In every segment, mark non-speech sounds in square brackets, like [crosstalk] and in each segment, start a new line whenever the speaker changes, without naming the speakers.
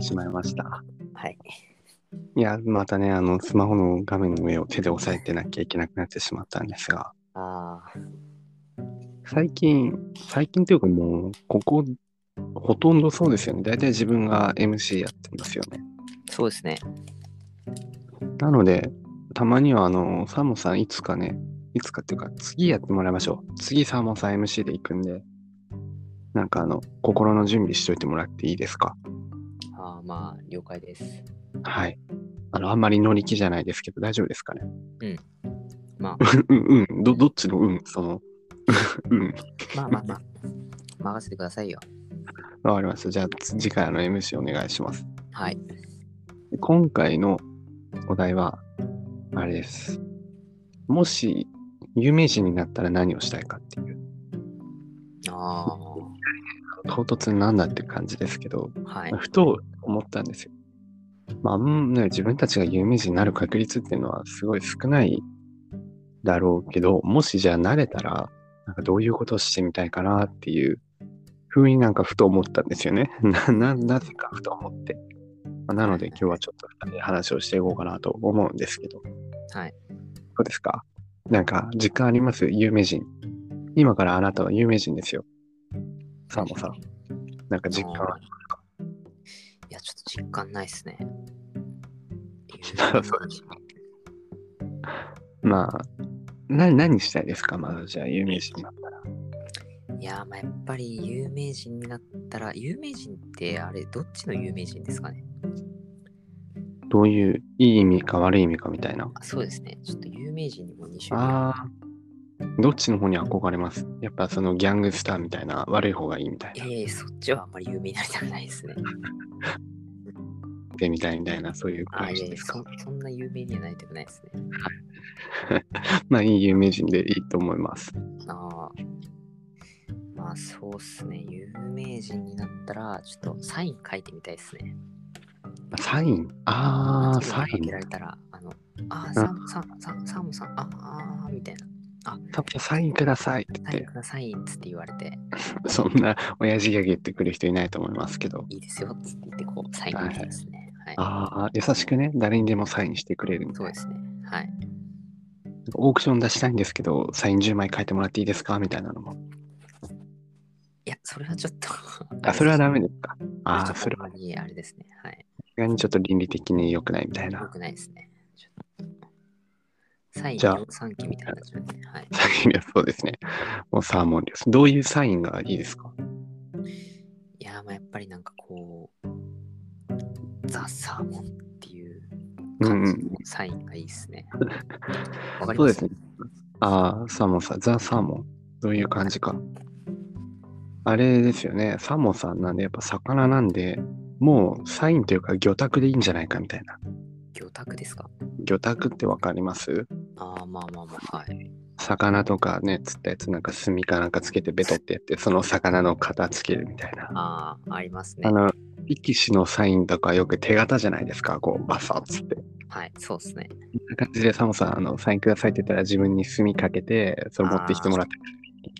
しまいました。
はい。
いや、またね、あの、スマホの画面の上を手で押さえてなきゃいけなくなってしまったんですが、
ああ、
最近、最近というかもう、ここ、ほとんどそうですよね。大体自分が MC やってますよね。
そうですね。
なので、たまには、あの、サーモンさん、いつかね、いつかっていうか、次やってもらいましょう。次、サーモンさん MC で行くんで、なんか、あの、心の準備しといてもらっていいですか。
ああ、まあ、了解です。
はい。あの、あんまり乗り気じゃないですけど、大丈夫ですかね。
まあ、
[laughs] うんうん。ど、どっちのうんその、 [laughs] うん。
まあまあ
[laughs]
まあ、任せてくださいよ。
わかりました。じゃあ、つ次回の MC お願いします。
はい。
今回のお題は、あれです。もし、有名人になったら何をしたいかっていう、
あ
唐突なんだって感じですけど、
あ、はい。
ふと思ったんですよ。まあ、うんね、自分たちが有名人になる確率っていうのはすごい少ないだろうけど、もしじゃあ慣れたら、なんかどういうことをしてみたいかなっていうふうになんかふと思ったんですよね。 [laughs] な、な、なぜかふと思って。まあなので今日はちょっと二人で話をしていこうかなと思うんですけど。
はい。
そうですかなんか、実感あります有名人。今からあなたは有名人ですよ。サーモンさん。なんか実感
あーいや、ちょっと実感ない
[laughs]
っすね。
そうですまあ、な何したいですかまずじゃあ有名人になったら。
いやー、まあ、やっぱり有名人になったら、有名人ってあれ、どっちの有名人ですかね
どういう、いい意味か悪い意味かみたいな。
あそうですね。ちょっと有名人にも2種類
ああ。どっちの方に憧れますやっぱそのギャングスターみたいな悪い方がいいみたいな。
ええそっちはあんまり有名になりたくないですね。
でみたいみたいな、そういう
あ
感
い
じ
やい
で
や
すか
そ。そんな有名にはなりたくないですね。
まあいい有名人でいいと思います。
ああ。まあそうっすね。有名人になったら、ちょっとサイン書いてみたいですね。
サインああ、サイ
か
ン
け。られたら、あの、ああ、サンサンサンサンモさん、ああ、みたいな。
ササインくださいって
サイ
言
ン
っ
くださいっつって言われて、
て、そんな親父ギャグ言ってくる人いないと思いますけど。
いいですよっつって言って、こう、サインみたいですね。はい。
ああ、優しくね、誰にでもサインしてくれるみたいう
そ
な
で。すね。はい。
オークション出したいんですけど、サイン10枚書いてもらっていいですかみたいなのも。。
いや、それはちょっと
あ、それはダメですかああ、
そ
そ
れ
れ
は
は
あんまりあれですね。はい。
意外にちょっと倫理的に良くないみたい
よ
な。 [laughs]
くないですね。ちょっとサイン
じゃあ
3期みたいな感じですね。はい。
サインはそうですね。もうサーモンです。どういうサインがいいですか
いやーまあやっぱりなんかこう、ザ・サーモンっていう感じのサインがいいですね。わ、かり
そうで
ま
すすね。ああ、サーモンさん、ザ・サーモン。どういう感じか。あれですよね、サーモンさんなんで、やっぱ魚なんで、もうサインというか魚拓でいいんじゃないかみたいな。
魚拓ですか
魚拓ってわかります
ああまあまあまあ、はい。
魚とかね、釣ったやつなんか炭かなんかつけてベトってやって、その魚の型つけるみたいな。
ああ、ありますね
あ。の、力士のサインとかよく手形じゃないですか、こう、バサッつって。こ
はい、そうですね。
んな感じで、サモさん、あの、サインくださいって言ったら自分に墨かけて、それ持ってきてもらって、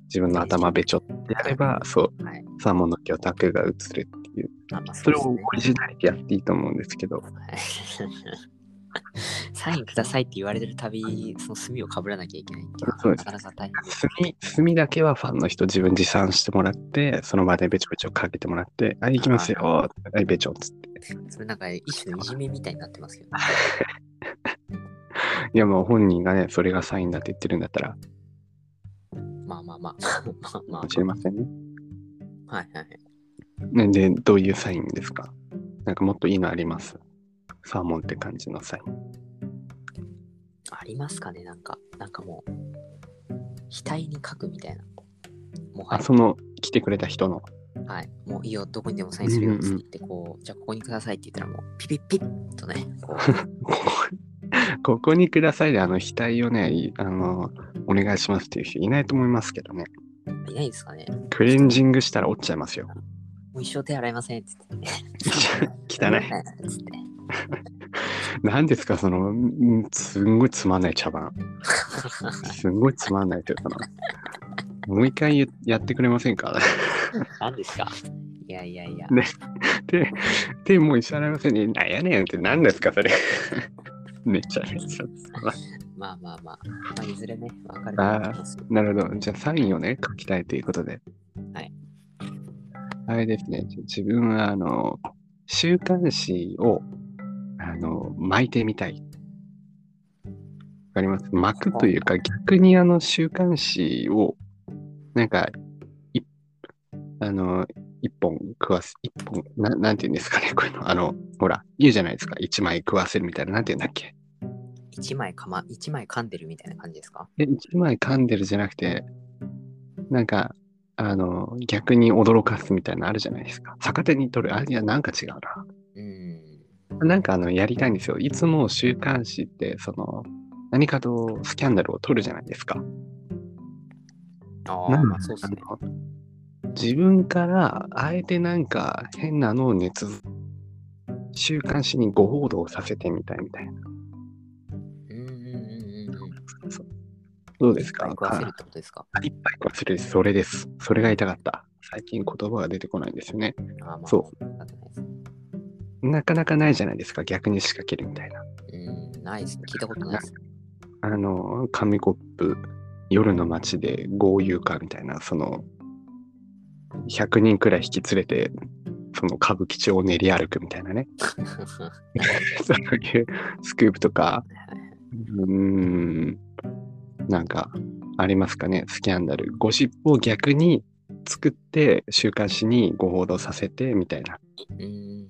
自分の頭べちょってやれば、そう、
はい
サーモンの魚拓が映るっていう。
あまあ、そ
そうれ
で
を
す
オ
ね。
リジナリティやっていいと思うんですけど、
はい [laughs] サインくださいって言われてるたび、その墨をかぶらなきゃいけないっていうの
そう
は
で
な
す
かなか大変です。
墨、墨だけはファンの人自分持参してもらって、その場でべちょべちょかけてもらって、はい、行きますよ、はい、べちょっつって。
それなんか一種のいじめみたいになってますけど、ね、
いや、もう本人がね、それがサインだって言ってるんだったら、
まあまあまあ、まあ
[laughs]
ま
もしれませんね。
あ、はいはい。
ねで、どういうサインですかなんかもっといいのありますサーモンって感じのサイン。
ありますかねなんか、なんかもう、額に書くみたいな。もは
あ、
や、
その、来てくれた人の。
はい。もういいよ、どこにでもサインするよっ
うんうんうん
て、こう、じゃあここにくださいって言ったら、もう、ピピッピッとね、こ
ここここにくださいで、あの、額をね、いあの、お願いしますっていう人いないと思いますけどね。 [laughs]
う、いないですかね。
クレンジングしたら折っちゃいますよ。
もう一生手洗いませんっつって、ね。
[laughs] 汚い。
い。つ [laughs] って。
何ですか、その、んすんごいつまんない茶番。すんごいつまんないというかな。もう一回言やってくれませんか
何ですかいいやいやいや。
ねで、 [laughs] で、もう石原先生に、なんやねんって何ですか、それ。 [laughs] めちゃめちゃつまん
まあまあまあ。まあ、いずれね、わかる
あー
と思いますよ
なるほど。じゃあ、サインをね、書きたいということで。
はい。
あれですね、じゃあ自分は、あの、週刊誌を、あの、巻いてみたい。わかります巻くというか、逆にあの、週刊誌を、なんか、いあの、一本食わす、一本、ななんて言うんですかね、こういうの。あの、ほら、言うじゃないですか。一枚食わせるみたいな、なんて言うんだっけ。
一枚かま、一枚噛んでるみたいな感じですか
え、一枚噛んでるじゃなくて、なんか、あの、逆に驚かすみたいなのあるじゃないですか。逆手に取る。あ、いや、なんか違う
うん。
な。なんか、あの、やりたいんですよ。いつも週刊誌って、その、何かとスキャンダルを取るじゃないですか。
あ
な
あ、
ん
まあそうっすね。
あの自分から、あえてなんか、変なのを捏造、週刊誌にご報道させてみたいみたいな。
うんうんうんうんうん。
どうですか
いっぱい食わせるってことですか
あいっぱい忘れる。それです。それが痛かった。最近言葉が出てこないんですよね。
ああまあ、。
そう
なってないです
なかなかないじゃないですか、逆に仕掛けるみたいな。
うん、ないですね。聞いたことないです。 [laughs]
あの、紙コップ、夜の街で豪遊かみたいな、その、100人くらい引き連れて、その歌舞伎町を練り歩くみたいなね、 [laughs] そういうスクープとか、うーん、なんか、ありますかね、スキャンダル。ゴシップを逆に作って、週刊誌にご報道させて、みたいな。
うん。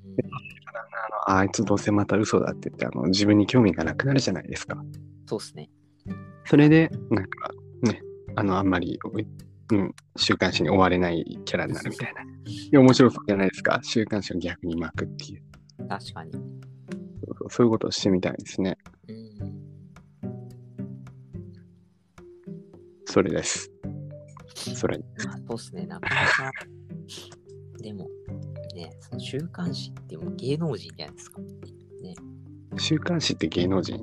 あのあいつどうせまた嘘だって言って、あの、自分に興味がなくなるじゃないですか。
そうっすね。
それで、なんかね、あの、あんまり、うん、週刊誌に追われないキャラになるみたいな。いや、面白そうじゃないですか。週刊誌を逆に巻くっていう。
確かに。
そうそういうことをしてみたいですね。
うん。
それです。それ。
まあ、そうっすね。なか [laughs] なか。でも、ね、その週刊誌ってもう芸能人じゃないですか。
週刊誌って芸能人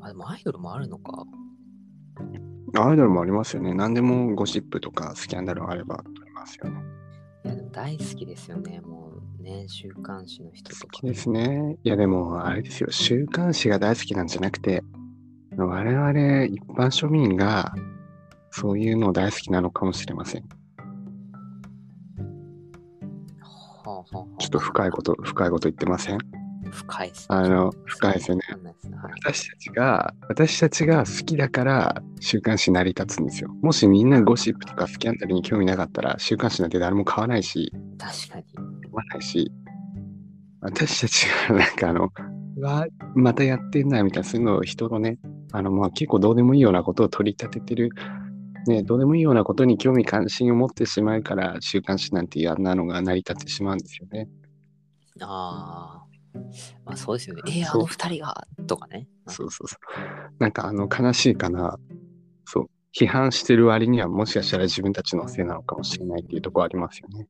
あ、でもアイドルもあるのか。
アイドルもありますよね。何でもゴシップとかスキャンダルがあればありますよね。
いや、でも大好きですよね。もう、ね、週刊誌の人と
好
か
き。ですね。いや、でも、あれですよ。週刊誌が大好きなんじゃなくて、我々一般庶民がそういうの大好きなのかもしれません。
はあはあはあ
ちょっと深いこと、深いこと言ってません
深いっす
あの、深いですよね。
わかんないっすね。はい
私たちが、私たちが好きだから週刊誌成り立つんですよ。もしみんなゴシップとかスキャンダルに興味なかったら週刊誌なんて誰も買わないし、
確かに。
買わないし、私たちがなんかあの、うわまたやってんなみたいな、そういうのを人のね、あの、まあ結構どうでもいいようなことを取り立ててる、ね、どうでもいいようなことに興味関心を持ってしまうから週刊誌なんていうあんなのが成り立ってしまうんですよね。
ああ。まあそうですよね。えー、あ
そう
の二人がとかね。
そうそうそう。なんかあの悲しいかな。そう。批判してる割にはもしかしたら自分たちのせいなのかもしれないっていうところありますよね。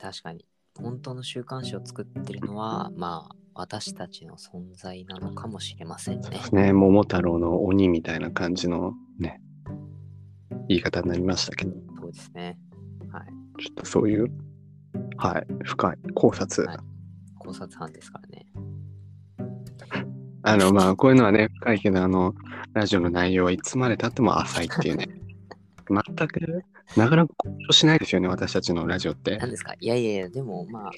確かに。本当の週刊誌を作ってるのは、まあ、私たちの存在なのかもしれません
[laughs]
ね。
ね桃太郎の鬼みたいな感じのね、言い方になりましたけど、ち
そうですね。はい。
ょっとそういう、はい、深い考察。
はい考察班ですからね。
あの、まあ、こういうのはね、深いけど、あの、ラジオの内容はいつまでたっても浅いって
[laughs]
いうね。全く、なかなか向上しないですよね、私たちのラジオって。
何ですかいやいやいや、でもまあ、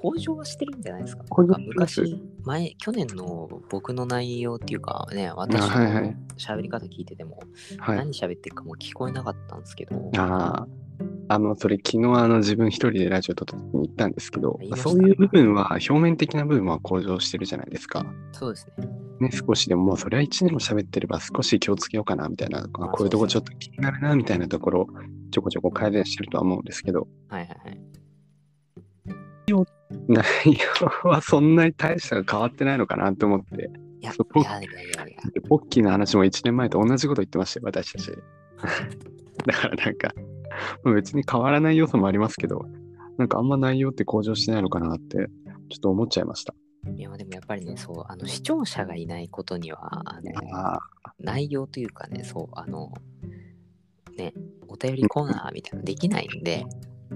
向上はしてるんじゃないですか。
向上
なんか
してます
昔、前、去年の僕の内容っていうかね、私
あはいはい
の喋り方聞いてても、
はい。
何喋ってるかもう聞こえなかったんですけど、
ああ、あの、それ昨日あの自分一人でラジオ撮った時に行ったんですけど
言い、ました
そういう部分は、表面的な部分は向上してるじゃないですか。
そうですね。
ね、少しでも、もうそれは1年も喋ってれば少し気をつけようかなみたいな、あ
まあ
こういうとこち
そ
ょ
う
っと気になるなみたいなところ、ちょこちょこ改善してるとは思うんですけど、
はいはいはい。
内容はそんなに大した変わってないのかなと思って、
いや、い
そこ
やいやいやいや。
でポッキーの話も1年前と同じこと言ってましたよ、私たち。 [laughs] だからなんか、まあ別に変わらない要素もありますけど、なんかあんま内容って向上してないのかなって、ちょっと思っちゃいました。
いやでもやっぱりね、そう、あの視聴者がいないことには、あの
あ
内容というかね、そう、あの、ね、お便りコーナーみたいなのできないんで、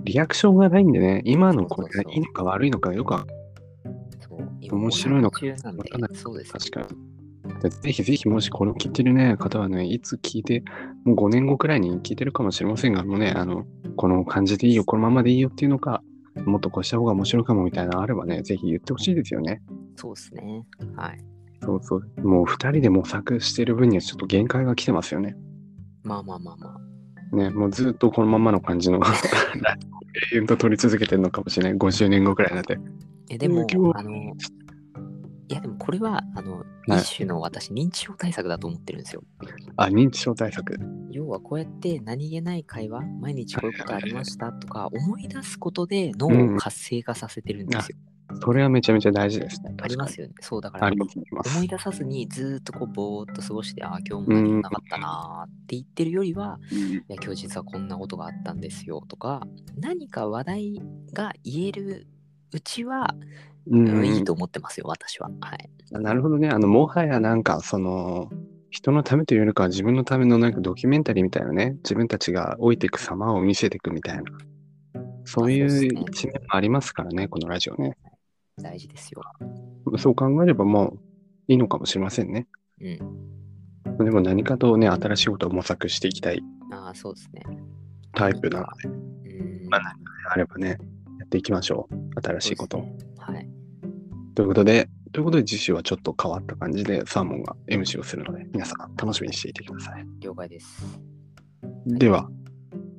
リアクションがないんでね、今の声
そ
が
うそうそう
いいのか悪いのかよくわかん
でも、
面白いのか
中なん
わかんない
で、そうです、ね。
確かに。でぜひぜひ、もしこれを聞いてる、ね、方はね、いつ聞いて、もう5年後くらいに聞いてるかもしれませんが、もうね、あの、この感じでいいよ、このままでいいよっていうのか、もっとこうした方が面白いかもみたいなのあればね、ぜひ言ってほしいですよね。
そうですね。はい。
そうそう。もう2人で模索してる分にはちょっと限界が来てますよね。
まあまあまあまあ。
ね、もうずっとこのままの感じの、永 [laughs] 遠と撮り続けてるのかもしれない。50年後くらいになって。
え、でも
今、日
あの、いやでもこれは、あの、
はい
一種の私、認知症対策だと思ってるんですよ。
あ、認知症対策。
要はこうやって何気ない会話、毎日こういうことありましたとか思い出すことで
うん
脳を活性化させてるんですよ。
それはめちゃめちゃ大事ですね。。
ありますすよね。そうだから
ありますあります
思い出さずにずーっとこうぼーっと過ごして、ああ、今日も何もなかったなーって言ってるよりは、いや、今日実はこんなことがあったんですよとか、何か話題が言えるうちは、
う
うん
ん、
いいと思ってますよ、私は。はい。
なるほどね。あの、もはやなんか、その、人のためというよりかは自分のためのなんかドキュメンタリーみたいなね、自分たちが老いていく様を見せていくみたいな、そうい
あそう
う
ですね
一面もありますからね、このラジオね。
大事ですよ。
そう考えればもういいのかもしれませんね。
うん。
でも何かとね、新しいことを模索していきたい
ああ、そうですね。
タイプなので
うーん。
まああればね、やっていきましょう。新しいことを。
そうですねはい。
ということで、ということで次週はちょっと変わった感じでサーモンが MC をするので、皆さん楽しみにしていてください。
了解です。
では、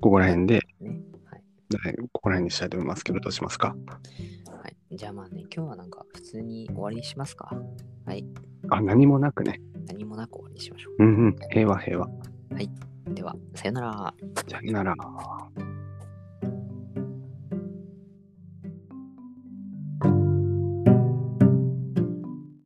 ここら辺で、
ね。はい。
はいここら辺にしたいと思いますけど、どうしますか
はい、じゃあまあね、今日はなんか普通に終わりにしますか。はい。
あ、何もなくね。
何もなく終わりにしましょ
うんうん、平和平和。
う。では、さよなら。
じゃあなら。